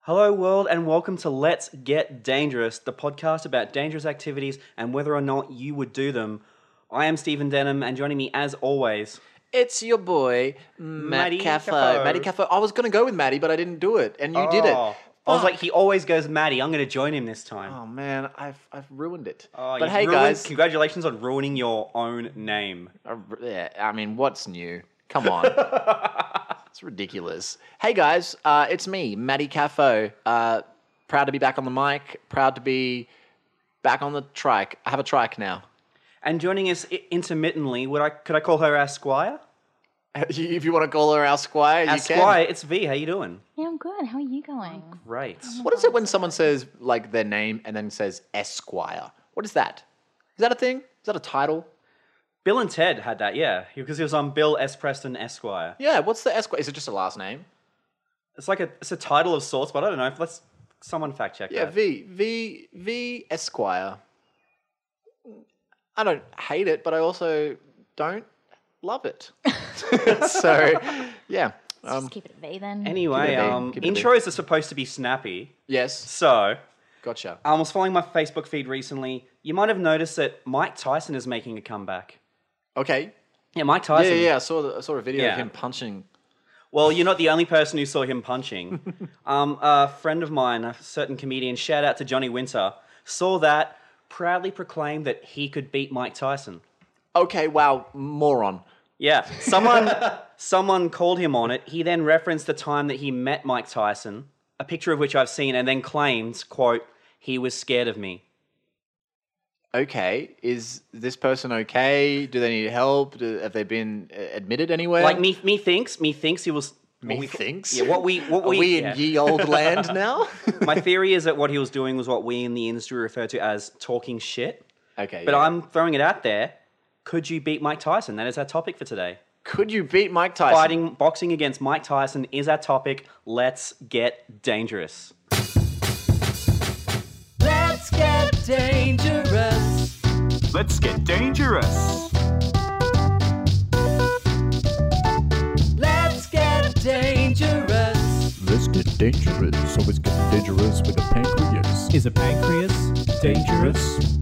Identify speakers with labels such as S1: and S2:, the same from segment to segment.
S1: Hello, world, and welcome to Let's Get Dangerous, the podcast about dangerous activities and whether or not you would do them. I am Stephen Denham, and joining me as always.
S2: It's your boy, Matt
S1: Matty
S2: Caffo.
S1: Caffo.
S2: Matty Caffo. I was going to go with Matty, but I didn't do it, and you did it.
S1: Oh, I was
S2: Fuck.
S1: like, he always goes Maddie. I'm going to join him this time.
S2: oh man, I've I've ruined it.
S1: Oh,
S2: but
S1: you've
S2: hey,
S1: ruined-
S2: guys.
S1: Congratulations on ruining your own name.
S2: I, yeah, I mean, what's new? Come on. it's ridiculous. Hey, guys. Uh, it's me, Matty Caffo. Uh, proud to be back on the mic. Proud to be back on the trike. I have a trike now.
S1: And joining us I- intermittently, would I could I call her our squire?
S2: if you want to call her our squire,
S1: Our
S2: you can.
S1: squire, it's V. How you doing?
S3: Yeah, I'm good. How are you going?
S1: Great.
S2: What is it when someone says like their name and then says Esquire? What is that? Is that a thing? Is that a title?
S1: Bill and Ted had that, yeah, because he was on Bill S. Preston Esquire.
S2: Yeah. What's the Esquire? Is it just a last name?
S1: It's like a it's a title of sorts, but I don't know. If let's someone fact check
S2: Yeah.
S1: that.
S2: V V V Esquire. I don't hate it, but I also don't love it. so, yeah.
S3: Let's
S2: Um,
S3: just keep it a V then.
S1: Anyway,
S2: Give it a B,
S1: um,
S2: give it a B.
S1: intros are supposed to be snappy.
S2: yes.
S1: So, um,
S2: Gotcha.
S1: I was following my Facebook feed recently. You might have noticed that Mike Tyson is making a comeback.
S2: Okay.
S1: Yeah, Mike
S2: Yeah,
S1: Tyson.
S2: yeah. yeah. I saw the, I saw a video
S1: Yeah.
S2: of him punching.
S1: Well, you're not the only person who saw him punching. um, a friend of mine, a certain comedian, shout out to Johnny Winter, saw that, proudly proclaimed that he could beat Mike Tyson.
S2: Okay. Wow. Moron.
S1: Yeah, someone someone called him on it. He then referenced the time that he met Mike Tyson, a picture of which I've seen, and then claims, "quote He was scared of me."
S2: okay, is this person okay? Do they need help? Do, have they been uh, admitted anywhere?
S1: Like me, me thinks, me thinks he was. what we-
S2: Methinks.
S1: Yeah, what we, what
S2: Are
S1: we,
S2: we, in
S1: yeah.
S2: ye old land now?
S1: My theory is that what he was doing was what we in the industry refer to as talking shit.
S2: okay,
S1: But
S2: yeah.
S1: I'm throwing it out there. Could you beat Mike Tyson? That is our topic for today.
S2: could you beat Mike Tyson?
S1: Fighting, boxing against Mike Tyson is our topic. Let's get dangerous.
S4: Let's get dangerous.
S5: Let's get dangerous.
S4: Let's get dangerous.
S6: Let's get dangerous. Always get dangerous with a pancreas.
S7: Is a pancreas dangerous?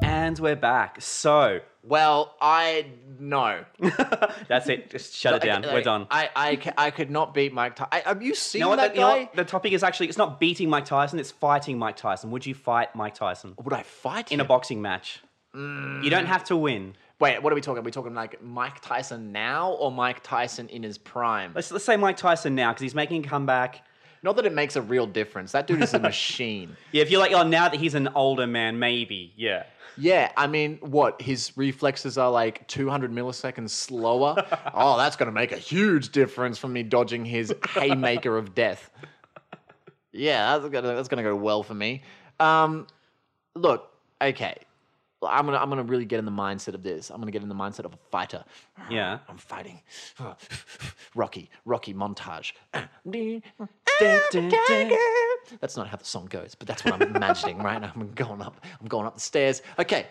S1: And we're back. So
S2: Well, I no.
S1: that's it. Just shut it down.
S2: I-
S1: We're done.
S2: I, I, ca- I could not beat Mike Tyson. Have you seen
S1: You know what, the,
S2: that
S1: you know
S2: guy?
S1: what? The topic is actually it's not beating Mike Tyson, it's fighting Mike Tyson. Would you fight Mike Tyson
S2: Would I fight
S1: in
S2: him?
S1: a boxing match?
S2: Mm.
S1: You don't have to win.
S2: Wait, what are we talking? Are we talking like Mike Tyson now or Mike Tyson in his prime?
S1: Let's, let's say Mike Tyson now because he's making a comeback.
S2: Not that it makes a real difference. That dude is a machine.
S1: Yeah, if you're like, oh, now that he's an older man, maybe. Yeah.
S2: Yeah, I mean, what? His reflexes are like 200 milliseconds slower. oh, that's going to make a huge difference from me dodging his haymaker of death. Yeah, that's going to that's gonna go well for me. Um, look, okay. Well, I'm going to I'm gonna really get in the mindset of this. I'm going to get in the mindset of a fighter.
S1: Yeah.
S2: I'm fighting. Rocky, Rocky montage. That's not how the song goes, but that's what I'm imagining right now. I'm going up. I'm going up the stairs. Okay.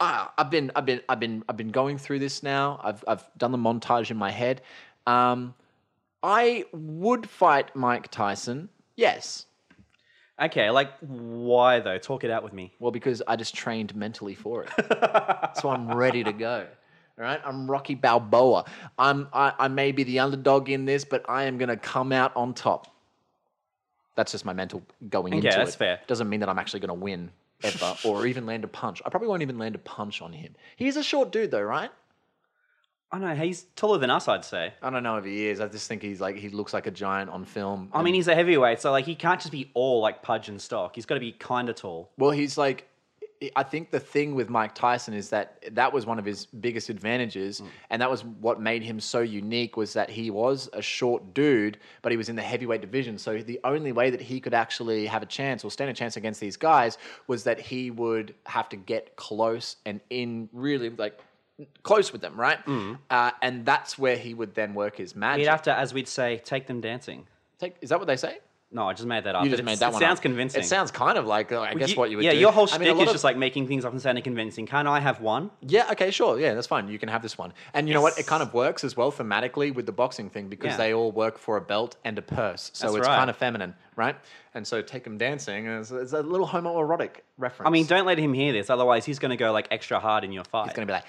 S2: Ah, I've been, I've been, I've been, I've been going through this now. I've, I've done the montage in my head. Um, I would fight Mike Tyson. Yes.
S1: Okay, like, why though? Talk it out with me.
S2: Well, because I just trained mentally for it, so I'm ready to go. All right, I'm Rocky Balboa. I'm I, I may be the underdog in this, but I am gonna come out on top. That's just my mental going
S1: Okay,
S2: into it.
S1: that's fair.
S2: Doesn't mean that I'm actually gonna win ever, or even land a punch. I probably won't even land a punch on him. He's a short dude though, right?
S1: I know, he's taller than us, I'd say.
S2: I don't know if he is. I just think he's like he looks like a giant on film.
S1: I mean, he's a heavyweight, so like, he can't just be all like pudge and stock. He's got to be kind of tall.
S2: Well, he's like, I think the thing with Mike Tyson is that that was one of his biggest advantages,
S1: Mm.
S2: and that was what made him so unique was that he was a short dude, but he was in the heavyweight division. So the only way that he could actually have a chance or stand a chance against these guys was that he would have to get close and in really like close with them, right?
S1: Mm.
S2: Uh, and that's where he would then work his magic.
S1: He'd have to, as we'd say, take them dancing.
S2: Take, is that what they say?
S1: No, I just made that up.
S2: You
S1: but
S2: just
S1: it's-
S2: made that
S1: it
S2: one.
S1: sounds
S2: up.
S1: convincing.
S2: It sounds kind of like uh, I guess
S1: You-
S2: what you would
S1: yeah,
S2: do.
S1: your whole
S2: I
S1: shtick
S2: mean, a lot
S1: is
S2: of-
S1: just like making things up and sounding convincing. Can I have one?
S2: Yeah, okay, sure. Yeah, that's fine. You can have this one. And you know what? It kind of works as well thematically with the boxing thing because
S1: Yeah.
S2: they all work for a belt and a purse. So
S1: That's
S2: it's
S1: right.
S2: kind of feminine, right? And so take them dancing is, is a little homoerotic reference.
S1: I mean, don't let him hear this, otherwise he's going to go like extra hard in your fight.
S2: It's going to be like,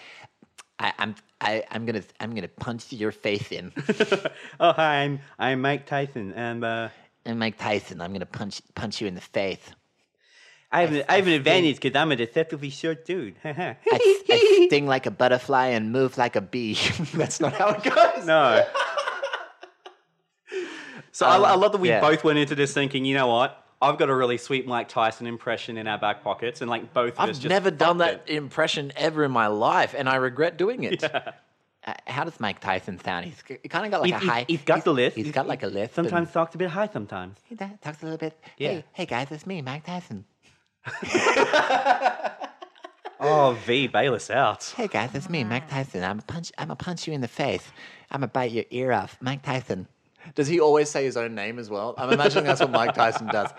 S2: I, I'm, I, I'm going to I'm gonna punch your face in.
S1: oh hi, I'm I'm Mike Tyson, and uh,
S2: and Mike Tyson, I'm going to punch punch you in the face.
S1: I have an, I have an advantage because I'm a deceptively short dude.
S2: I, s- I sting like a butterfly and move like a bee. that's not how it goes.
S1: no. So I, I love that we
S2: Um, yeah.
S1: both went into this thinking, you know what? I've got a really sweet Mike Tyson impression in our back pockets, and like both of us
S2: I've
S1: just
S2: never done
S1: fucked it.
S2: that impression ever in my life, and I regret doing it. Uh, how does Mike Tyson sound? He's he kind of got like
S1: He's-
S2: a
S1: he's-
S2: high.
S1: he's got the lisp.
S2: He's got like a lift.
S1: Sometimes talked a bit high. Sometimes.
S2: he da- talks a little bit.
S1: Yeah.
S2: Hey, hey guys, it's me, Mike Tyson.
S1: Oh, V, bail us out.
S2: Hey guys, it's me, Mike Tyson. I'm a punch. I'm a punch you in the face. I'm a bite your ear off, Mike Tyson. Does he always say his own name as well? I'm imagining that's what Mike Tyson does.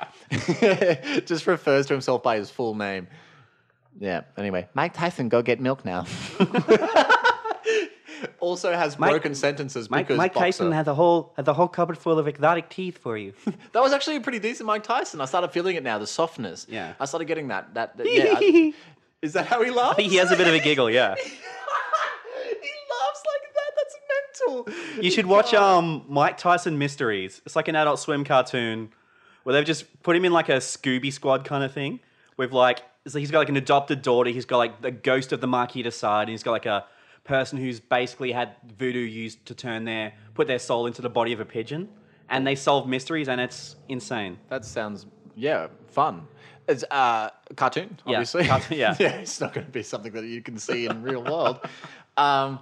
S2: Just refers to himself by his full name. Yeah. Anyway, Mike Tyson, go get milk now. also has
S1: Mike-
S2: broken sentences
S1: Mike,
S2: because
S1: Mike Tyson
S2: boxer.
S1: had the whole had the whole cupboard full of exotic teeth for you.
S2: That was actually a pretty decent Mike Tyson. I started feeling it now, the softness.
S1: Yeah.
S2: I started getting that. That, that- yeah. I- is that how he laughs?
S1: he has a bit of a giggle, yeah.
S2: he laughs like that. That's mental.
S1: You should watch um Mike Tyson Mysteries. It's like an Adult Swim cartoon where they've just put him in like a Scooby Squad kind of thing with like so he's got like an adopted daughter. He's got like the ghost of the Marquis de Sade, and he's got like a person who's basically had voodoo used to turn their put their soul into the body of a pigeon, and they solve mysteries, and it's insane.
S2: That sounds yeah fun. It's uh, cartoon,
S1: Yeah,
S2: obviously.
S1: cartoon, yeah.
S2: yeah. It's not going to be something that you can see in real world. Um,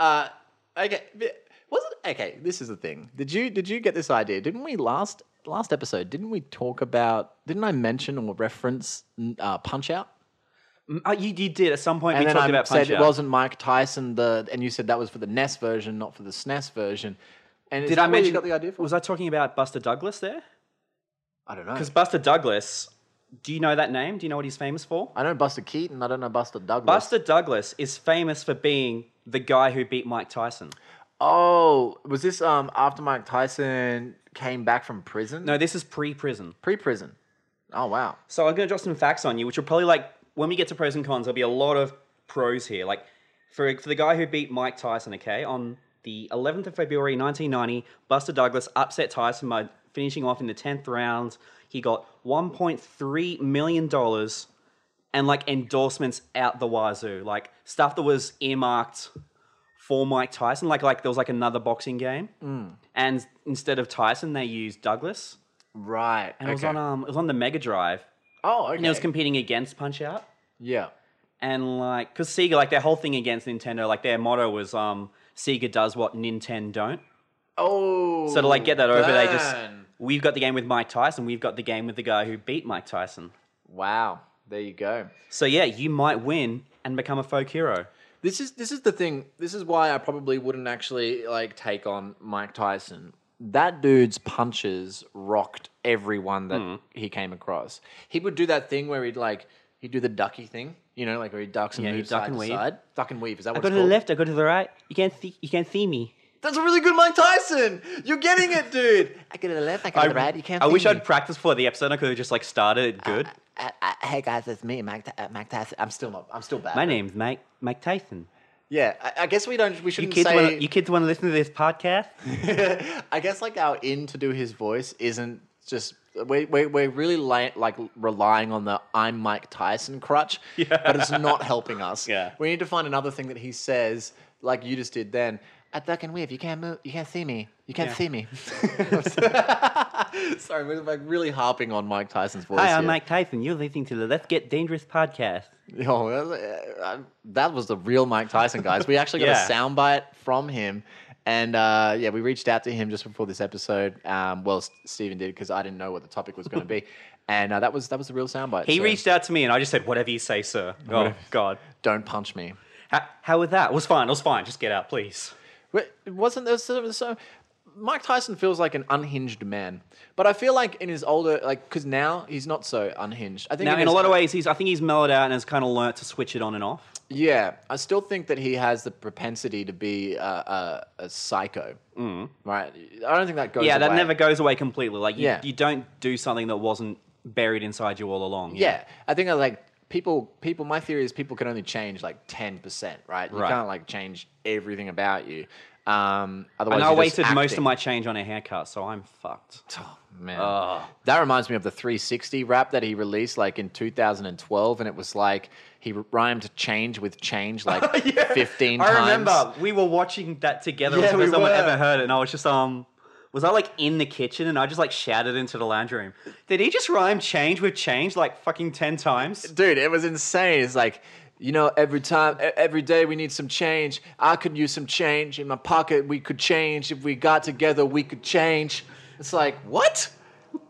S2: uh, okay. but Was it okay? This is the thing. Did you did you get this idea? Didn't we last last episode? Didn't we talk about? Didn't I mention or reference n- uh, Punch Out?
S1: Mm, Oh, you, you did at some point
S2: And
S1: we
S2: then
S1: talked
S2: I
S1: about
S2: said
S1: Punch
S2: it
S1: Out.
S2: wasn't Mike Tyson. The and you said that was for the NES version, not for the SNES version. And is
S1: Did
S2: that
S1: I
S2: where
S1: mention?
S2: you got the idea? From?
S1: Was I talking about Buster Douglas there?
S2: I don't know.
S1: Because Buster Douglas, do you know that name? Do you know what he's famous for?
S2: I know Buster Keaton. I don't know Buster Douglas.
S1: Buster Douglas is famous for being the guy who beat Mike Tyson.
S2: Oh, was this um after Mike Tyson came back from prison?
S1: No, this is pre-prison.
S2: pre-prison. Oh wow.
S1: So I'm going to drop some facts on you, which will probably like when we get to pros and cons, there'll be a lot of pros here. Like for for the guy who beat Mike Tyson, okay, on the 11th of February 1990, Buster Douglas upset Tyson by finishing him off in the 10th round. He got 1.3 million dollars and like endorsements out the wazoo, like stuff that was earmarked for Mike Tyson. Like like there was like another boxing game, and instead of Tyson, they used Douglas.
S2: Right.
S1: And it was on um it was on the Mega Drive.
S2: oh, okay.
S1: And it was competing against Punch Out.
S2: yeah.
S1: And like, because Sega, like their whole thing against Nintendo, like their motto was um, Sega does what Nintendo don't.
S2: Oh.
S1: So to like get that over, they just,
S2: burn.
S1: we've got the game with Mike Tyson, we've got the game with the guy who beat Mike Tyson.
S2: Wow. There you go.
S1: So yeah, you might win and become a folk hero.
S2: This is this is the thing. This is why I probably wouldn't actually like take on Mike Tyson. That dude's punches rocked everyone that he came across. He would do that thing where he'd like he'd do the ducky thing, you know, like where he ducks and
S1: Yeah, he'd
S2: moves
S1: duck
S2: side
S1: and
S2: to
S1: weave.
S2: side. Duck and weave. Is that
S1: I
S2: what
S1: go
S2: it's
S1: to the
S2: called?
S1: left, I go to the right. You can't see, you can't see me.
S2: That's a really good Mike Tyson. You're getting it, dude. I go to the left, I go
S1: I wish I'd practiced for the episode. I could have just like started it good.
S2: Uh, hey guys, it's me, Mike, uh, Mike Tyson. I'm still not. I'm still bad.
S1: My name's Mike Mike Tyson.
S2: Yeah, I, I guess we don't. We
S1: You
S2: shouldn't
S1: kids,
S2: say.
S1: wanna, you kids want to listen to this podcast?
S2: I guess like our in to do his voice isn't just we we we're really la- like relying on the I'm Mike Tyson crutch, but it's not helping us.
S1: Yeah.
S2: we need to find another thing that he says, like you just did then. I duck and weave. You can't move. You can't see me. You can't see me. Sorry, we're like really harping on Mike Tyson's voice.
S1: Hi, I'm
S2: here.
S1: Mike Tyson. You're listening to the Let's Get Dangerous podcast.
S2: Yo, that was- uh, I'm- that was the real Mike Tyson, guys. We actually got
S1: Yeah.
S2: a soundbite from him. And uh, yeah, we reached out to him just before this episode. Um, well, S- Stephen did because I didn't know what the topic was going to be, and uh, that was that was the real soundbite.
S1: He
S2: so
S1: reached out to me and I just said, whatever you say, sir. Oh, God.
S2: Don't punch me.
S1: How, how was that? It was fine. It was fine. Just get out, please.
S2: Wait, It wasn't there so, so Mike Tyson feels like an unhinged man, but I feel like in his older, like, because now he's not so unhinged. I think
S1: Now, in
S2: his-
S1: a lot of ways, he's I think he's mellowed out and has kind of learnt to switch it on and off.
S2: Yeah, I still think that he has the propensity to be a, a, a psycho. Mm. Right? I don't think that goes.
S1: yeah, that
S2: away.
S1: never goes away completely. Like, you,
S2: Yeah.
S1: you don't do something that wasn't buried inside you all along. you
S2: Yeah, I think I like people. People. My theory is people can only change like ten percent. Right? You
S1: Right.
S2: can't like change everything about you. Um, otherwise,
S1: And I
S2: you're just
S1: wasted most of
S2: acting. Oh,
S1: my change on a haircut, so I'm fucked.
S2: Man. That reminds me of the 360 rap that he released like in 2012, and it was like he rhymed change with change like 15 times.
S1: I remember we were watching that together
S2: Yeah,
S1: as soon
S2: we
S1: as someone
S2: were.
S1: ever heard it, and I was just um was I like in the kitchen and I just like shouted into the lounge room. Did he just rhyme change with change like fucking ten times?
S2: Dude, it was insane. It's like, you know, every time, e- every day we need some change. I could use some change in my pocket. We could change. If we got together, we could change. It's like, what?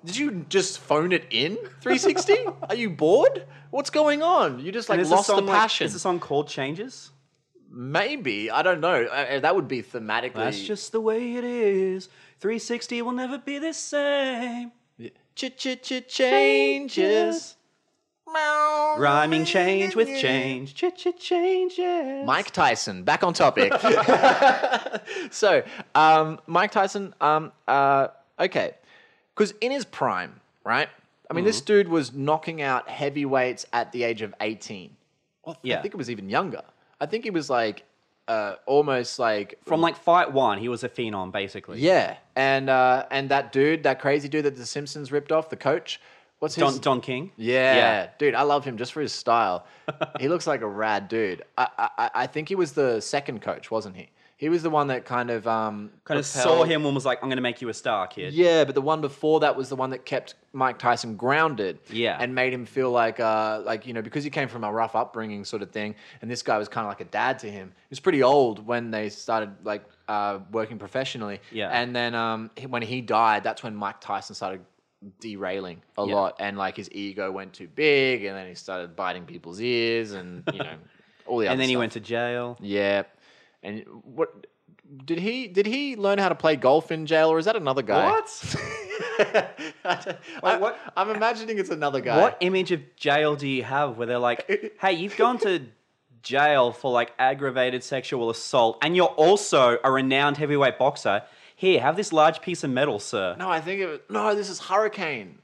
S2: Did you just phone it in 360? Are you bored? What's going on? You just
S1: And
S2: like
S1: is
S2: lost
S1: this
S2: the
S1: song, like-
S2: passion.
S1: is the song called Changes?
S2: Maybe I don't know. Uh, uh, that would be thematically.
S1: That's just the way it is. 360 will never be the same.
S2: changes.
S1: Rhyming change with change. Ch-ch-changes.
S2: Mike Tyson, back on topic. so, um, Mike Tyson, um, uh, okay. Because in his prime, right? I mean, this
S1: Mm-hmm.
S2: dude was knocking out heavyweights at the age of 18. Well, I
S1: Yeah.
S2: think it was even younger. I think he was like uh, almost like
S1: From like fight one, he was a phenom, basically.
S2: Yeah, and uh, and that dude, that crazy dude that the Simpsons ripped off, the coach. What's his?
S1: Don, Don King.
S2: yeah, dude, I love him just for his style. he looks like a rad dude. I, I I- I think he was the second coach, wasn't he? He was the one that kind of um
S1: Kind of saw
S2: propelled-
S1: him and was like, I'm going to make you a star, kid.
S2: Yeah, but the one before that was the one that kept Mike Tyson grounded.
S1: Yeah.
S2: and made him feel like uh like you know because he came from a rough upbringing sort of thing, and this guy was kind of like a dad to him. He was pretty old when they started like uh working professionally.
S1: Yeah.
S2: and then um he- when he died, that's when Mike Tyson started derailing a
S1: Yeah.
S2: lot, and like his ego went too big, and then he started biting people's ears, and you know all the other.
S1: And then he
S2: stuff.
S1: went to jail.
S2: Yeah, and what did he did he learn how to play golf in jail, or is that another guy?
S1: What?
S2: I,
S1: what-
S2: am imagining it's another guy.
S1: What image of jail do you have where they're like, hey, you've gone to jail for like aggravated sexual assault and you're also a renowned heavyweight boxer? Here, have this large piece of metal, sir.
S2: No, I think it was no. This is Hurricane.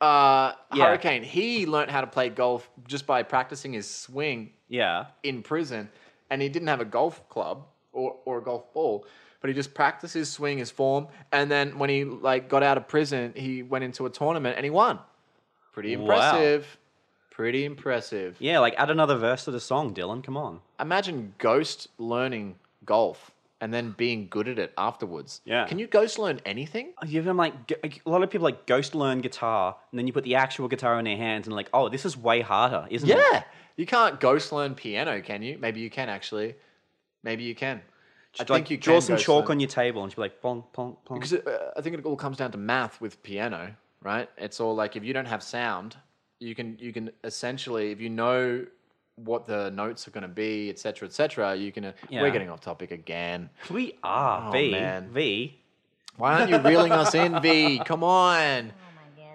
S2: Uh,
S1: Yeah.
S2: Hurricane. He learned how to play golf just by practicing his swing
S1: Yeah.
S2: in prison, and he didn't have a golf club or, or a golf ball, but he just practiced his swing, his form, and then when he like got out of prison, he went into a tournament and he won. Pretty
S1: Wow.
S2: impressive. Pretty impressive.
S1: Yeah, like add another verse to the song, Dylan. Come on.
S2: Imagine ghost learning golf and then being good at it afterwards.
S1: Yeah.
S2: Can you ghost learn anything?
S1: You've been like g- like, a lot of people like ghost learn guitar, and then you put the actual guitar in their hands, and like, oh, this is way harder, isn't it?
S2: Yeah. You can't ghost learn piano, can you? Maybe you can actually. Maybe you can. I
S1: Like,
S2: think you
S1: draw
S2: can
S1: some
S2: ghost
S1: chalk
S2: learn.
S1: on your table, and she'd be like, plonk, plonk, plonk.
S2: Because it, uh, I think it all comes down to math with piano, right? It's all like if you don't have sound, you can you can essentially if you know what the notes are going to be, et cetera, et cetera, you can. uh,
S1: Yeah.
S2: We're getting off topic again.
S1: We are
S2: Oh,
S1: V
S2: man.
S1: V.
S2: Why aren't you reeling us in, V? Come on.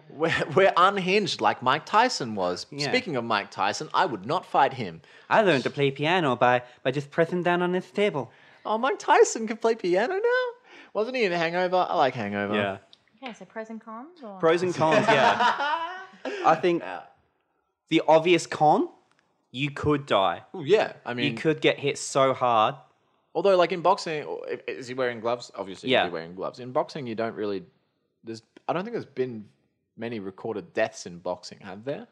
S2: We're, we're unhinged like Mike Tyson was.
S1: Yeah.
S2: Speaking of Mike Tyson, I would not fight him.
S1: I learned to play piano by by just pressing down on this table.
S2: Oh, Mike Tyson can play piano now? Wasn't he in Hangover? I like Hangover.
S1: Yeah.
S3: Okay, so pros and cons? Or?
S1: Pros and cons. Yeah. I think the obvious con, you could die.
S2: Ooh, yeah. I
S1: You
S2: mean,
S1: could get hit so hard.
S2: although, like in boxing, or if- is he wearing gloves? Obviously,
S1: Yeah.
S2: he's wearing gloves. In boxing, you don't really. There's, I don't think there's been many recorded deaths in boxing, have there?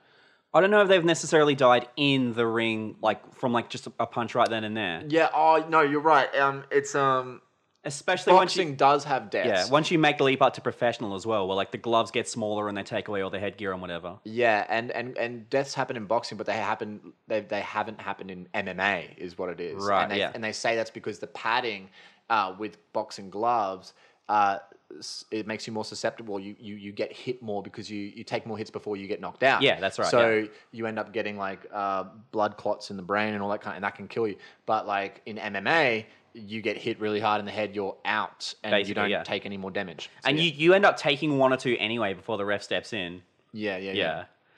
S1: I don't know if they've necessarily died in the ring, like from like just a- a punch right then and there.
S2: Yeah. Oh no, you're right. Um, it's um,
S1: Especially once you
S2: boxing does have
S1: Yeah,
S2: deaths.
S1: once you make the leap up to professional as well, where like the gloves get smaller and they take away all the headgear and whatever.
S2: Yeah, and and and deaths happen in boxing, but they happen they they haven't happened in MMA, is what it is.
S1: Right,
S2: And they,
S1: yeah.
S2: and they say that's because the padding uh, with boxing gloves. Uh, s- it makes you more susceptible. You, you you get hit more because you you take more hits before you get knocked out.
S1: Yeah, that's right,
S2: So
S1: yeah.
S2: you end up getting like uh, blood clots in the brain and all that kind, and that can kill you. But like in MMA, you get hit really hard in the head, you're out, and you
S1: Basically,
S2: don't
S1: yeah.
S2: take any more damage. So,
S1: and
S2: yeah.
S1: you, you end up taking one or two anyway before the ref steps in.
S2: yeah, yeah, yeah,
S1: Yeah.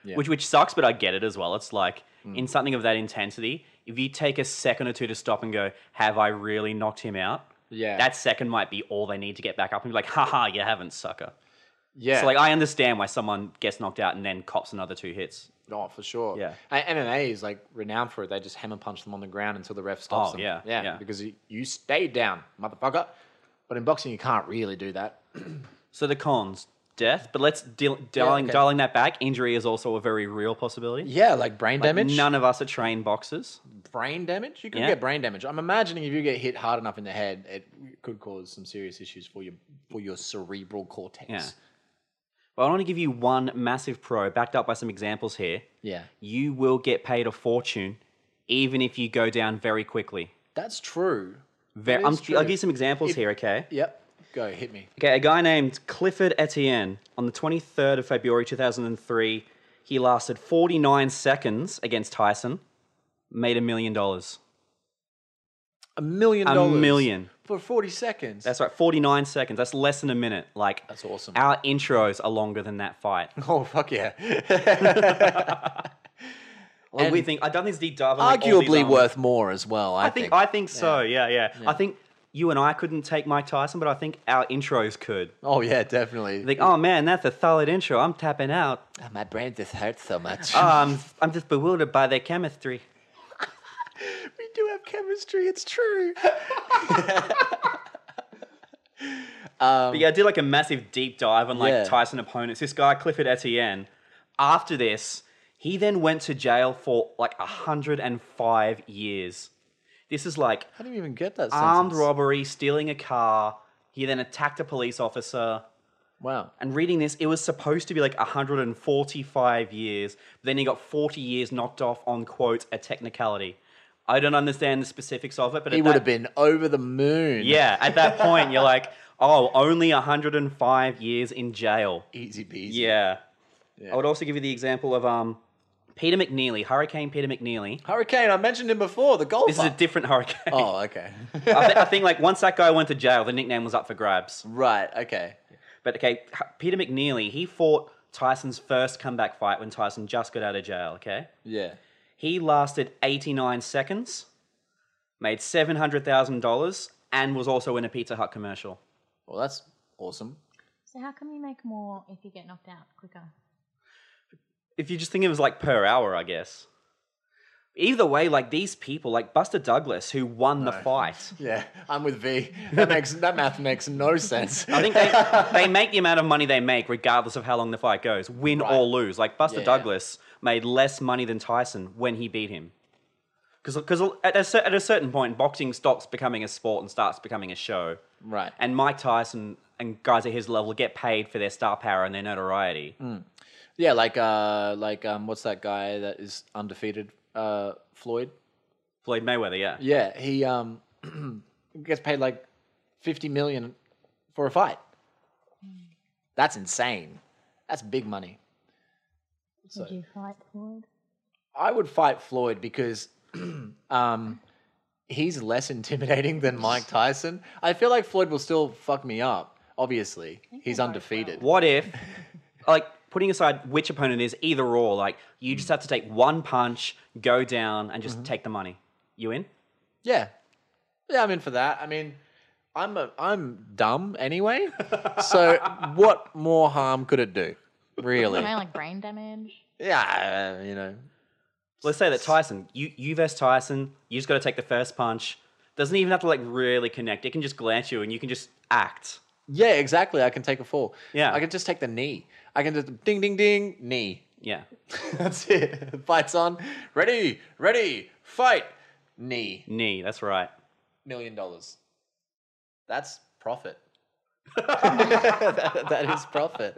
S2: Yeah. Hmm.
S1: Which which sucks, but I get it as well. It's like in something of that intensity, if you take a second or two to stop and go, have I really knocked him out?
S2: Yeah.
S1: That second might be all they need to get back up and be like, haha, you haven't, sucker.
S2: yeah.
S1: So like I understand why someone gets knocked out and then cops another two hits.
S2: Oh, for sure.
S1: Yeah.
S2: And MMA is like renowned for it. They just hammer punch them on the ground until the ref stops
S1: Oh,
S2: them.
S1: yeah,
S2: yeah.
S1: yeah.
S2: Because you, you stayed down, motherfucker. But in boxing, you can't really do that.
S1: So the cons, death, but let's deal, dialing,
S2: okay.
S1: dialing that back. Injury is also a very real possibility.
S2: Yeah, like brain
S1: Like,
S2: damage.
S1: None of us are trained boxers.
S2: brain damage. You could
S1: Yeah.
S2: get brain damage. I'm imagining if you get hit hard enough in the head, it could cause some serious issues for your for your cerebral cortex.
S1: Yeah. But I want to give you one massive pro, backed up by some examples here.
S2: Yeah.
S1: You will get paid a fortune, even if you go down very quickly.
S2: That's true.
S1: Very,
S2: That
S1: I'm,
S2: is true.
S1: I'll give you some examples
S2: If-
S1: here, okay?
S2: Yep. Go hit me.
S1: Okay, a guy named Clifford Etienne on the 23rd of February 2003, he lasted 49 seconds against Tyson, made a million dollars.
S2: A million
S1: A
S2: dollars.
S1: million.
S2: for 40 seconds.
S1: That's right, 49 seconds. That's less than a minute. Like
S2: That's awesome.
S1: Our intros are longer than that fight.
S2: oh fuck yeah.
S1: Like, we
S2: And
S1: think I've done this deep dive. on, like, all these
S2: Arguably
S1: arms.
S2: worth more as well. I,
S1: I think, I think so. Yeah. Yeah, I think you and I couldn't take Mike Tyson, but I think our intros could.
S2: Oh yeah, definitely.
S1: Like, oh man, that's a solid intro. I'm tapping out.
S2: Oh, my brain just hurts so much.
S1: Um, I'm just bewildered by their chemistry.
S2: we do have chemistry. It's true.
S1: But yeah, I did like a massive deep dive on like
S2: Um, Yeah.
S1: Tyson opponents. This guy Clifford Etienne. After this, he then went to jail for like 105 years. This is like
S2: I didn't even get that.
S1: armed
S2: sentence.
S1: robbery, stealing a car. He then attacked a police officer.
S2: Wow.
S1: And reading this, it was supposed to be like 145 years. But then he got 40 years knocked off on quote a technicality. I don't understand the specifics of it, but
S2: He
S1: at
S2: would
S1: that-
S2: have been over the moon.
S1: Yeah, at that point, you're like, oh, only 105 years in jail.
S2: Easy peasy.
S1: Yeah. I would also give you the example of um, Peter McNeely, Hurricane Peter McNeely.
S2: Hurricane. I mentioned him before. The golfer.
S1: This is a different hurricane.
S2: oh, okay.
S1: I, th- I think like once that guy went to jail, the nickname was up for grabs.
S2: right. Okay.
S1: But okay, H- Peter McNeely, he fought Tyson's first comeback fight when Tyson just got out of jail, okay?
S2: Yeah.
S1: He lasted 89 seconds, made $700,000, and was also in a Pizza Hut commercial.
S2: Well, that's awesome.
S3: So how come you make more if you get knocked out quicker?
S1: if you just think of it as like per hour, I guess. Either way, like these people, like Buster Douglas, who won the fight,
S2: Yeah. I'm with V. That makes that math makes no sense.
S1: I think they, they make the amount of money they make regardless of how long the fight goes, win
S2: Right.
S1: or lose. Like Buster
S2: Yeah, yeah.
S1: Douglas made less money than Tyson when he beat him. Because at, a cer- at a certain point, boxing stops becoming a sport and starts becoming a show.
S2: Right.
S1: And Mike Tyson and guys at his level get paid for their star power and their notoriety.
S2: Mm. Yeah, like uh, like um, what's that guy that is undefeated? Uh, Floyd.
S1: Floyd Mayweather, yeah.
S2: Yeah, he um gets paid like fifty million for a fight. That's insane. That's big money.
S3: Would you fight Floyd?
S2: I would fight Floyd because um, he's less intimidating than Mike Tyson. I feel like Floyd will still fuck me up. Obviously, he's undefeated.
S1: What if, like, putting aside which opponent is either or, like, you just have to take one punch, go down, and
S2: Mm-hmm.
S1: just take the money? You in?
S2: Yeah, yeah, I'm in for that. I mean, I'm a, I'm dumb anyway. so what more harm could it do? Really?
S3: You know, like brain damage.
S2: Yeah, uh, you know.
S1: Let's say that Tyson, you, you versus Tyson, you just got to take the first punch. Doesn't even have to like really connect. It can just glance you, and you can just act.
S2: Yeah, exactly. I can take a fall.
S1: Yeah.
S2: I can just take the knee. I can just ding, ding, ding, knee.
S1: Yeah.
S2: That's it. Fights on. Ready, ready, fight. Knee.
S1: Knee. That's right.
S2: Million dollars. That's profit. That- that is profit.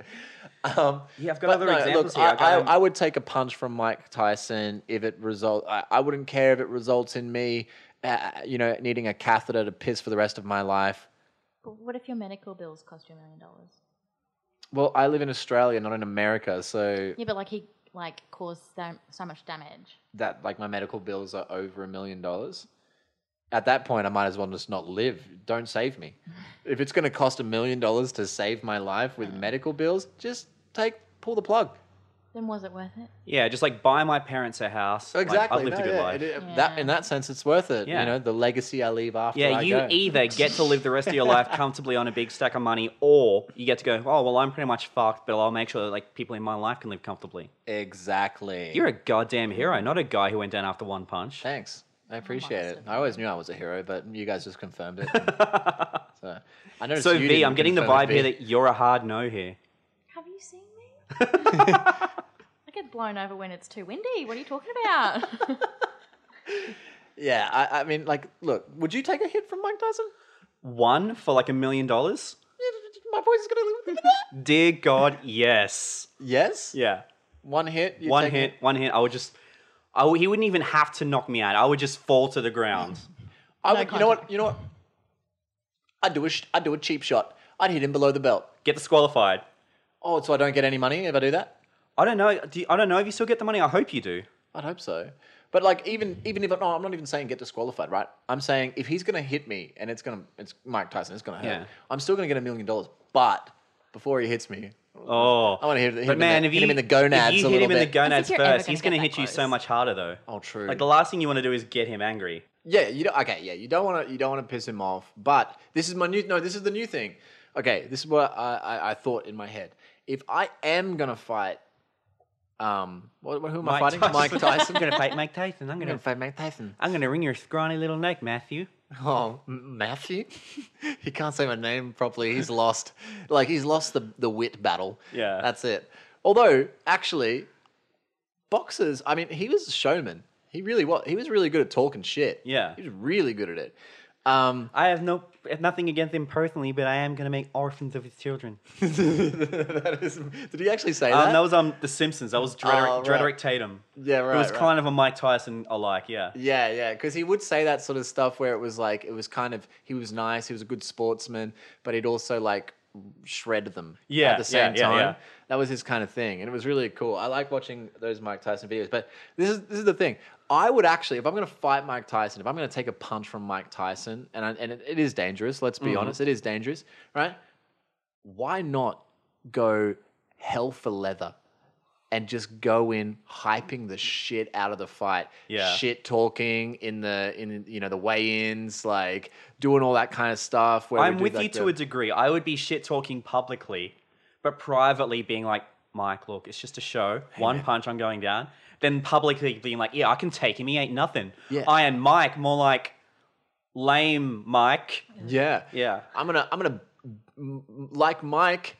S2: Um,
S1: Yeah, I've got
S2: but
S1: other
S2: no, look,
S1: examples here.
S2: I,
S1: I've got
S2: I,
S1: them.
S2: I would take a punch from Mike Tyson if it result. I, I wouldn't care if it results in me, uh, you know, needing a catheter to piss for the rest of my life.
S3: But what if your medical bills cost you a million dollars?
S2: Well, I live in Australia, not in America, so
S3: Yeah, but like he like caused so, so much damage.
S2: that like my medical bills are over a million dollars. at that point, I might as well just not live. Don't save me. If it's going to cost a million dollars to save my life with medical bills, just take pull the plug.
S3: Then was it worth it?
S1: Yeah, just like buy my parents a house. Like,
S2: Exactly.
S1: I've lived
S2: no,
S1: a good
S2: yeah,
S1: life.
S2: it- that in that sense, it's worth it.
S1: Yeah.
S2: You know, the legacy I leave after.
S1: yeah,
S2: I
S1: you e-
S2: go.
S1: either get to live the rest of your life comfortably on a big stack of money, or you get to go. Oh well, I'm pretty much fucked, but I'll make sure that like people in my life can live comfortably.
S2: exactly.
S1: You're a goddamn hero, not a guy who went down after one punch.
S2: Thanks. I appreciate it. I always knew I was a hero, but you guys just confirmed it. so I noticed
S1: So
S2: you
S1: V,
S2: didn't
S1: I'm getting the
S2: confirm it,
S1: vibe
S2: V.
S1: here that you're a hard no here.
S3: Have you seen me? I get blown over when it's too windy. What are you talking about?
S2: yeah, I, I mean, like, look, would you take a hit from Mike Tyson?
S1: One for like a million dollars.
S2: My voice is gonna live with that.
S1: Dear God, yes.
S2: Yes.
S1: Yeah.
S2: One hit. you
S1: one
S2: take
S1: hit,
S2: it?
S1: one hit. I would just, I would, he wouldn't even have to knock me out. I would just fall to the ground.
S2: I would, you know what? You know what? I'd do a sh- I'd do a cheap shot. I'd hit him below the belt.
S1: Get disqualified.
S2: Oh, so I don't get any money if I do that.
S1: I don't know. Do you, I don't know if you still get the money. I hope you do.
S2: I'd hope so. But like, even even if no, I'm not even saying get disqualified, right? I'm saying if he's gonna hit me and it's gonna it's Mike Tyson, it's gonna hurt.
S1: Yeah.
S2: I'm still gonna get a million dollars, but before he hits me,
S1: Oh,
S2: I wanna hit- hit him
S1: but
S2: in
S1: man,
S2: the-
S1: if
S2: hit
S1: you,
S2: him in the gonads
S1: If you
S2: a
S1: hit
S2: little
S1: him in
S2: bit.
S1: the gonads
S3: I think you're ever
S1: first,
S3: gonna
S1: he's going to
S3: get
S1: hit
S3: that
S1: you so
S3: close.
S1: much harder though.
S2: oh, true.
S1: Like the last thing you want to do is get him angry.
S2: Yeah, you don't, okay, yeah, you don't want to you don't want to piss him off. But this is my new no, this is the new thing. Okay, this is what I, I, I thought in my head. If I am gonna fight, um, what, who am I fighting? Mike Tyson.
S1: I'm going to fight Mike Tyson. I'm
S2: I'm
S1: going
S2: gonna
S1: to.
S2: fight Mike Tyson.
S1: I'm going to wring your scrawny little neck, Matthew.
S2: Oh, M- Matthew? he can't say my name properly. He's lost. Like, he's lost the, the wit battle.
S1: Yeah.
S2: That's it. Although, actually, boxers, I mean, he was a showman. He really was. He was really good at talking shit.
S1: Yeah.
S2: He was really good at it. Um,
S1: I have no nothing against him personally, but I am going to make orphans of his children.
S2: that is, did he actually say
S1: Um,
S2: that?
S1: that was on The Simpsons. That was Drederick,
S2: Oh, right.
S1: Drederick Tatum.
S2: Yeah, right,
S1: It was
S2: right.
S1: kind of a Mike Tyson alike. Yeah.
S2: Yeah, yeah, because he would say that sort of stuff where it was like it was kind of he was nice, he was a good sportsman, but he'd also like shred them.
S1: Yeah,
S2: at the same
S1: yeah, yeah,
S2: time,
S1: yeah.
S2: that was his kind of thing, and it was really cool. I like watching those Mike Tyson videos, but this is this is the thing. I would actually, if I'm going to fight Mike Tyson, if I'm going to take a punch from Mike Tyson, and I, and it, it is dangerous. Let's
S1: Mm-hmm.
S2: be honest, it is dangerous, right? Why not go hell for leather? and just go in hyping the shit out of the fight.
S1: Yeah.
S2: Shit talking in the in you know the weigh-ins, like doing all that kind of stuff. Where we
S1: I'm
S2: do,
S1: with you
S2: like,
S1: to
S2: the-
S1: a degree. I would be shit talking publicly, but privately being like, Mike, look, it's just a show. One punch, I'm going down. Then publicly being like, yeah, I can take him. He ain't nothing.
S2: Yeah.
S1: I and Mike, more like lame Mike.
S2: yeah
S1: Yeah.
S2: I'm gonna I'm gonna m- m- like Mike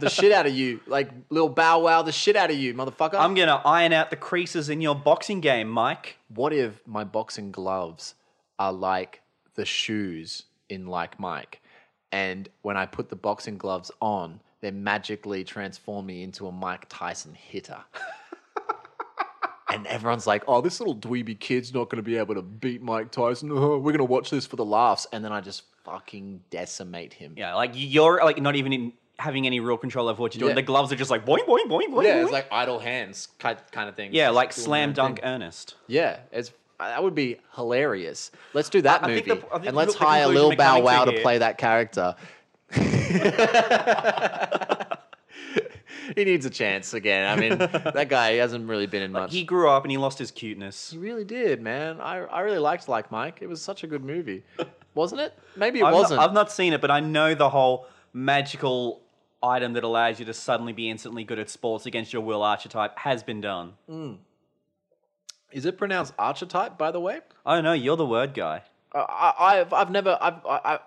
S2: the shit out of you, like little bow wow the shit out of you, motherfucker.
S1: I'm going to iron out the creases in your boxing game, Mike.
S2: what if my boxing gloves are like the shoes in like Mike? And when I put the boxing gloves on, they magically transform me into a Mike Tyson hitter. and everyone's like, oh, this little dweeby kid's not going to be able to beat Mike Tyson. Oh, we're going to watch this for the laughs. And then I just fucking decimate him.
S1: Yeah. Like you're like not even in, having any real control over what you're doing.
S2: Yeah.
S1: The gloves are just like boing, boing, boing, boing.
S2: Yeah,
S1: boing.
S2: it's like idle hands kind kind of thing.
S1: yeah,
S2: Just
S1: like
S2: doing
S1: slam
S2: their thing.
S1: dunk Ernest.
S2: Yeah, it's that would be hilarious. Let's do that
S1: I- I
S2: movie
S1: think the- I think
S2: and let's
S1: the
S2: hire
S1: conclusion
S2: Lil
S1: we're
S2: Bow
S1: coming to
S2: Wow to
S1: here-
S2: play that character. he needs a chance again. I mean, that guy he hasn't really been in much.
S1: He grew up and he lost his cuteness.
S2: He really did, man. I, I really liked Like Mike. It was such a good movie, wasn't it? Maybe it
S1: I've
S2: wasn't.
S1: Not, I've not seen it, but I know the whole magical item that allows you to suddenly be instantly good at sports against your will archetype has been done.
S2: Is it pronounced archetype, by the way?
S1: I don't know. Oh, You're the word guy.
S2: I, I- I've, I've never, I've, I, I,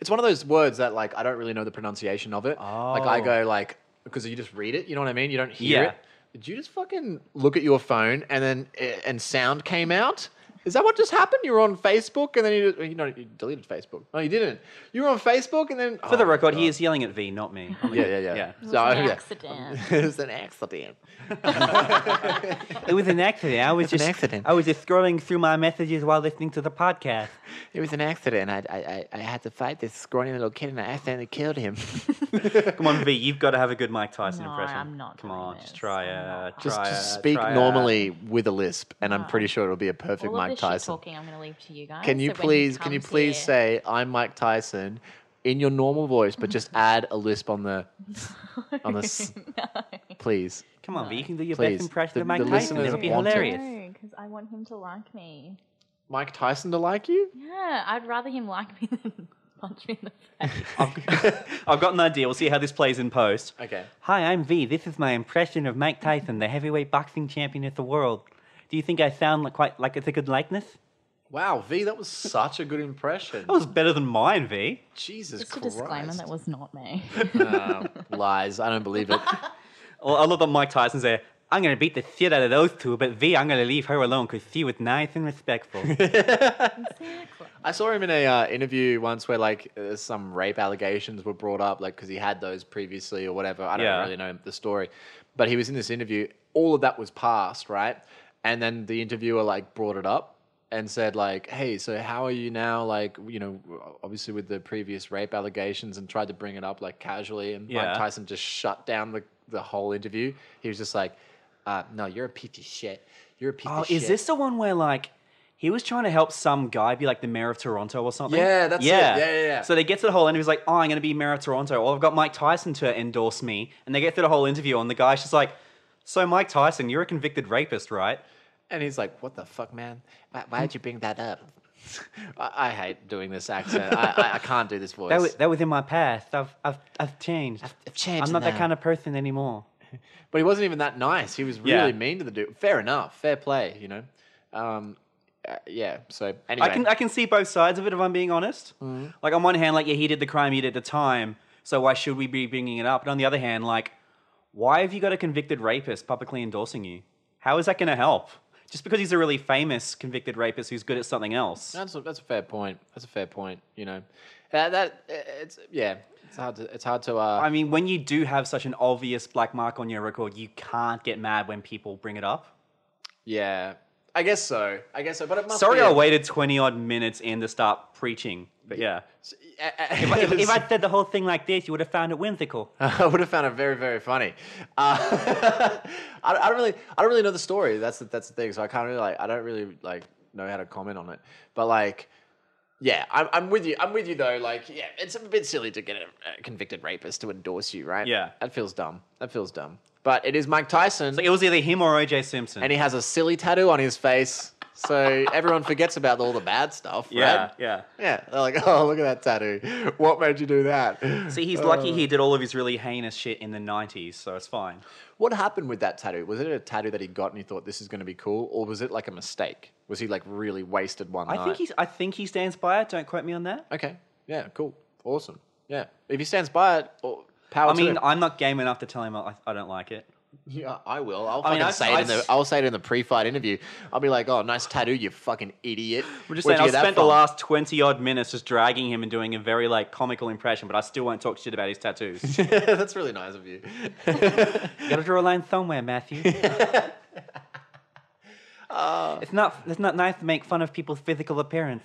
S2: it's one of those words that like, I don't really know the pronunciation of it. Like I
S1: Oh.
S2: go like, because you just read it, you know what I mean? You don't hear
S1: Yeah.
S2: it. Did you just fucking look at your phone and then, and sound came out? Is that what just happened? You were on Facebook and then you, you know, you deleted Facebook. No, you didn't. You were on Facebook and then. oh,
S1: For the record, he is yelling at V, not me.
S2: Yeah, yeah, yeah.
S1: Yeah.
S2: So,
S3: an
S2: yeah.
S3: accident.
S2: it was an accident.
S1: it was an accident. I was
S2: It was an just- accident.
S1: I was just scrolling through my messages while listening to the podcast.
S2: It was an accident. I, I, I- I had to fight this scrawny little kid and I accidentally killed him.
S1: Come on, V, you've got to have a good Mike Tyson
S3: No,
S1: impression.
S3: I'm not
S1: Come
S3: doing
S1: on,
S3: this.
S1: just try
S3: I'm
S1: it.
S3: not.
S1: Try
S2: Just
S1: it,
S2: to speak
S1: try it.
S3: Ah.
S2: normally with a lisp, and I'm pretty sure it'll be a perfect
S3: All
S2: Mike Mike Tyson.
S3: talking. I'm going to leave to you guys.
S2: Can you
S3: So when he
S2: please can you
S3: comes
S2: please
S3: here-
S2: say I'm Mike Tyson in your normal voice, but just add a lisp on the on the s- please.
S1: Come on, V, you can do your
S2: Please.
S1: best impression
S2: The-
S1: of Mike
S2: the
S1: Tyson.
S2: listeners
S1: It'll be
S2: want it.
S1: hilarious.
S3: because I want him to like me.
S2: Mike Tyson to like you?
S3: Yeah, I'd rather him like me than punch me in the face.
S1: I've got an idea. We'll see how this plays in post.
S2: Okay.
S1: Hi, I'm V. This is my impression of Mike Tyson, the heavyweight boxing champion of the world. Do you think I sound like quite like it's a good likeness?
S2: Wow, V, that was such a good impression.
S1: That was better than mine, V.
S2: Jesus
S3: Oh, Just a
S2: Christ. Uh,
S3: disclaimer that was not me.
S2: Lies. I don't believe it.
S1: Well, Oh, I love that Mike Tyson's there. I'm going to beat the shit out of those two, but V, I'm going to leave her alone because she was nice and respectful.
S2: I saw him in a uh, interview once where like uh, some rape allegations were brought up, like because he had those previously or whatever. I don't
S1: Yeah.
S2: really know the story, but he was in this interview. All of that was passed, right? And then the interviewer like brought it up and said like, "Hey, so how are you now? Like, you know, obviously with the previous rape allegations," and tried to bring it up like casually. And
S1: Yeah.
S2: Mike Tyson just shut down the the whole interview. He was just like, uh, "No, you're a piece of shit. You're a piece
S1: oh,
S2: of shit."
S1: is this the one where, like, he was trying to help some guy be like the mayor of Toronto or something?
S2: Yeah, that's it. Yeah, yeah, yeah.
S1: So they get to the whole interview, he's like, oh, I'm going to be mayor of Toronto. Well, I've got Mike Tyson to endorse me. And they get through the whole interview, and the guy's just like, so, Mike Tyson, you're a convicted rapist, right?
S2: And he's like, "What the fuck, man? Why, why
S1: Hmm.
S2: did you bring that up?" I, I hate doing this accent. I, I, I can't do this voice.
S1: That was, that was in my past. I've, I've, I've changed.
S2: I've- I've changed
S1: I'm not that
S2: now.
S1: kind of person anymore.
S2: but he wasn't even that nice. He was really
S1: Yeah.
S2: mean to the dude. Fair enough. Fair play. You know. Um, uh, yeah. So anyway,
S1: I can I can see both sides of it if I'm being honest. Like on one hand, like yeah, he did the crime, he did at the time, so why should we be bringing it up? And on the other hand, like why have you got a convicted rapist publicly endorsing you? How is that going to help? Just because he's a really famous convicted rapist who's good at something else.
S2: that's a, that's a fair point. That's a fair point. You know, that, that uh, it's yeah. It's hard to it's hard to. Uh,
S1: I mean, when you do have such an obvious black mark on your record, you can't get mad when people bring it up.
S2: yeah. I guess so. I guess so. But it must
S1: Sorry,
S2: be
S1: I waited twenty odd minutes in to start preaching, but yeah. if, if I said the whole thing like this, you would have found it whimsical.
S2: I would have found it very, very funny. Uh, I, I don't really, I don't really know the story. That's the, that's the thing. So I can't really like, I don't really like know how to comment on it. But like, yeah, I'm, I'm with you. I'm with you though. Like, yeah, it's a bit silly to get a, a convicted rapist to endorse you, right?
S1: Yeah.
S2: that feels dumb. That feels dumb. But it is Mike Tyson,
S1: It was either him or OJ Simpson.
S2: and he has a silly tattoo on his face, so everyone forgets about all the bad stuff,
S1: yeah,
S2: right?
S1: yeah.
S2: Yeah, they're like, oh, look at that tattoo. What made you do that?
S1: See, he's lucky he did all of his really heinous shit in the 90s, so it's fine.
S2: What happened with that tattoo? Was it a tattoo that he got and he thought this is going to be cool, or was it like a mistake? Was he like really wasted one
S1: I
S2: night?
S1: think he's I think he stands by it. Don't quote me on that.
S2: okay. Yeah, cool, awesome. Yeah, if he stands by it, or power
S1: I
S2: to
S1: mean,
S2: him.
S1: I'm not game enough to tell him I, I don't like it.
S2: yeah, I will. I'll
S1: I mean,
S2: fucking
S1: I-
S2: say
S1: I-
S2: it in the. I'll say it in the pre-fight interview. I'll be like, "Oh, nice tattoo, you fucking idiot."
S1: I'm just
S2: Where'd
S1: saying, I
S2: you get that
S1: spent the
S2: from?"
S1: last 20 odd minutes just dragging him and doing a very like comical impression, but I still won't talk shit about his tattoos. you
S2: That's really nice of you.
S1: gotta draw a line somewhere, Matthew. it's not it's not nice to make fun of people's physical appearance.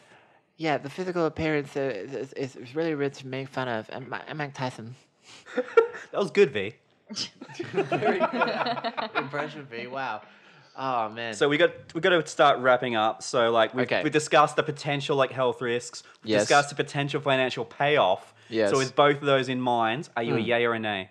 S8: Yeah, the physical appearance uh, is, is is really weird to make fun of.
S1: uh,
S8: I'm, I'm Mike Tyson.
S1: That was good, V.
S2: Impression V. Wow. Oh man.
S1: So we got we got to start wrapping up. So like we
S2: Okay.
S1: we discussed the potential like health risks. We
S2: Yes.
S1: discussed the potential financial payoff.
S2: Yes. Hmm.
S1: So with both of those in mind, are you a yay or a nay?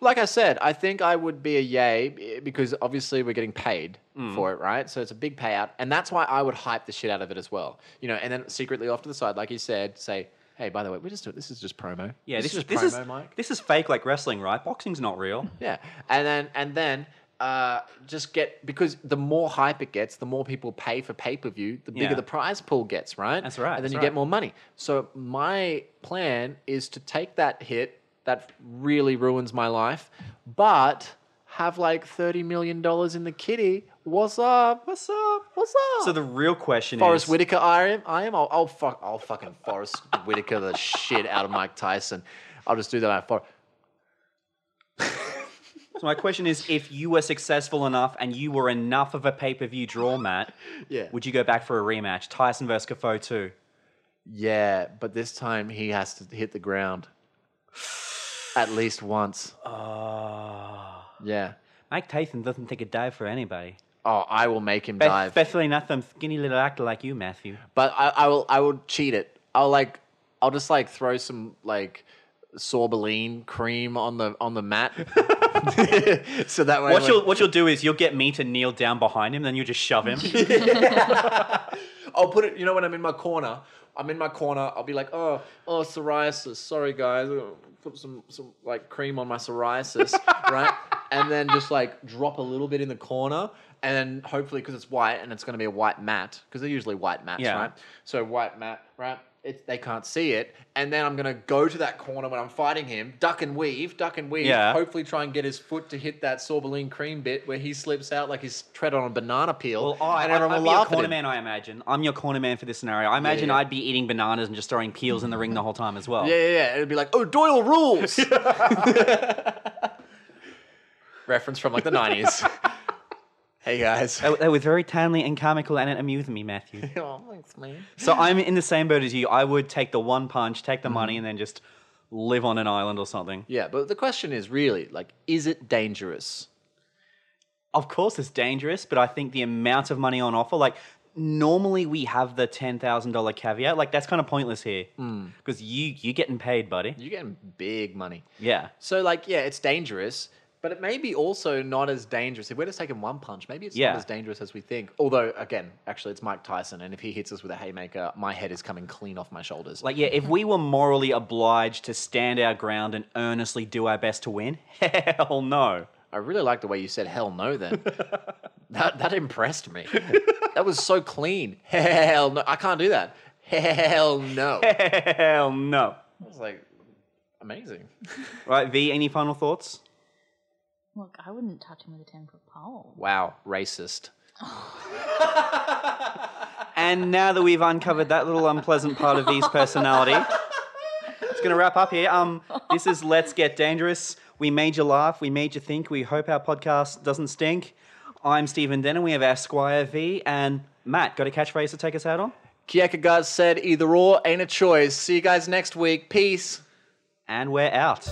S2: like I said, I think I would be a yay b- because obviously we're getting paid
S1: Mm.
S2: for it, right? So it's a big payout, and that's why I would hype the shit out of it as well, you know. And then secretly off to the side, like you said, say, "Hey, by the way, we're just doing- this is just promo.
S1: Yeah, this,
S2: just
S1: is this
S2: promo,
S1: is
S2: Mike.
S1: this is fake like wrestling, right? Boxing's not real.
S2: Yeah, and then and then uh, just get because the more hype it gets, the more people pay for pay per view, the bigger
S1: Yeah.
S2: the prize pool gets, right?
S1: That's right,
S2: And then
S1: that's
S2: you
S1: right.
S2: get more money. So my plan is to take that hit that really ruins my life, but have like thirty million dollars in the kitty. What's up? What's up? What's up?
S1: So the real question
S2: Forrest
S1: is
S2: Whitaker, I am. I am. I'll, I'll fuck. I'll fucking Forrest Whitaker the shit out of Mike Tyson. I'll just do that. I For
S1: So my question is if you were successful enough and you were enough of a pay-per-view draw, Matt,
S2: Yeah.
S1: would you go back for a rematch? Tyson versus Kafo too.
S2: Yeah, but this time he has to hit the ground at least once.
S1: Oh.
S2: Yeah.
S1: Mike Tyson doesn't take a dive for anybody.
S2: Oh, I will make him dive.
S1: Especially not some skinny little actor like you, Matthew.
S2: But I, I will I will cheat it. I'll like I'll just like throw some like sorbeline cream on the on the mat. so that way
S1: What
S2: when-
S1: you'll, what you'll do is you'll get me to kneel down behind him, then you just shove him.
S2: I'll put it you know when I'm in my corner. I'm in my corner. I'll be like, oh, oh, psoriasis. Sorry, guys. I'll Put some some like cream on my psoriasis, right? And then just like drop a little bit in the corner, and then hopefully because it's white and it's going to be a white mat because they're usually white mats,
S1: Yeah.
S2: right? So white mat, right? It, they can't see it, and then I'm gonna go to that corner when I'm fighting him, duck and weave, duck and weave.
S1: Yeah.
S2: Hopefully, try and get his foot to hit that sorbeline cream bit where he slips out like he's tread on a banana peel,
S1: Well, I,
S2: Oh, and
S1: I,
S2: everyone
S1: I'd
S2: will
S1: be your
S2: laugh at
S1: corner
S2: him.
S1: man, I imagine. I'm your corner man for this scenario. I imagine
S2: yeah.
S1: I'd be eating bananas and just throwing peels in the ring the whole time as well.
S2: Yeah, yeah, yeah. It'd be like, oh, Doyle rules. Reference from like the 90s. hey, guys.
S1: That, that was very timely and comical, and it amused me, Matthew.
S8: Oh, thanks, man.
S1: so I'm in the same boat as you. I would take the one punch, take the
S2: Mm.
S1: money, and then just live on an island or something.
S2: Yeah, but the question is really, like, is it dangerous?
S1: Of course, it's dangerous, but I think the amount of money on offer, like, normally we have the $10,000 caveat. Like, that's kind of pointless here
S2: Mm.
S1: because you, you're getting paid, buddy.
S2: You're getting big money.
S1: Yeah.
S2: So, like, yeah, it's dangerous, but it may be also not as dangerous. If we're just taking one punch, maybe it's
S1: Yeah.
S2: not as dangerous as we think. Although, again, actually, it's Mike Tyson, and if he hits us with a haymaker, my head is coming clean off my shoulders.
S1: Like, yeah, if we were morally obliged to stand our ground and earnestly do our best to win, hell no.
S2: I really like the way you said hell no then. that that impressed me. that was so clean. Hell no. I can't do that. Hell no. I
S1: Hell no.
S2: was like amazing.
S1: Right, V, any final thoughts?
S3: Look, I wouldn't touch him with a 10 foot pole.
S2: Wow, racist.
S1: And now that we've uncovered that little unpleasant part of V's personality, it's going to wrap up here. Um, this is Let's Get Dangerous. We made you laugh. We made you think. We hope our podcast doesn't stink. I'm Stephen Denner. We have our Squire V and Matt. Got a catchphrase to take us out on?
S2: Kierkegaard said either or ain't a choice. See you guys next week. Peace.
S1: And we're out.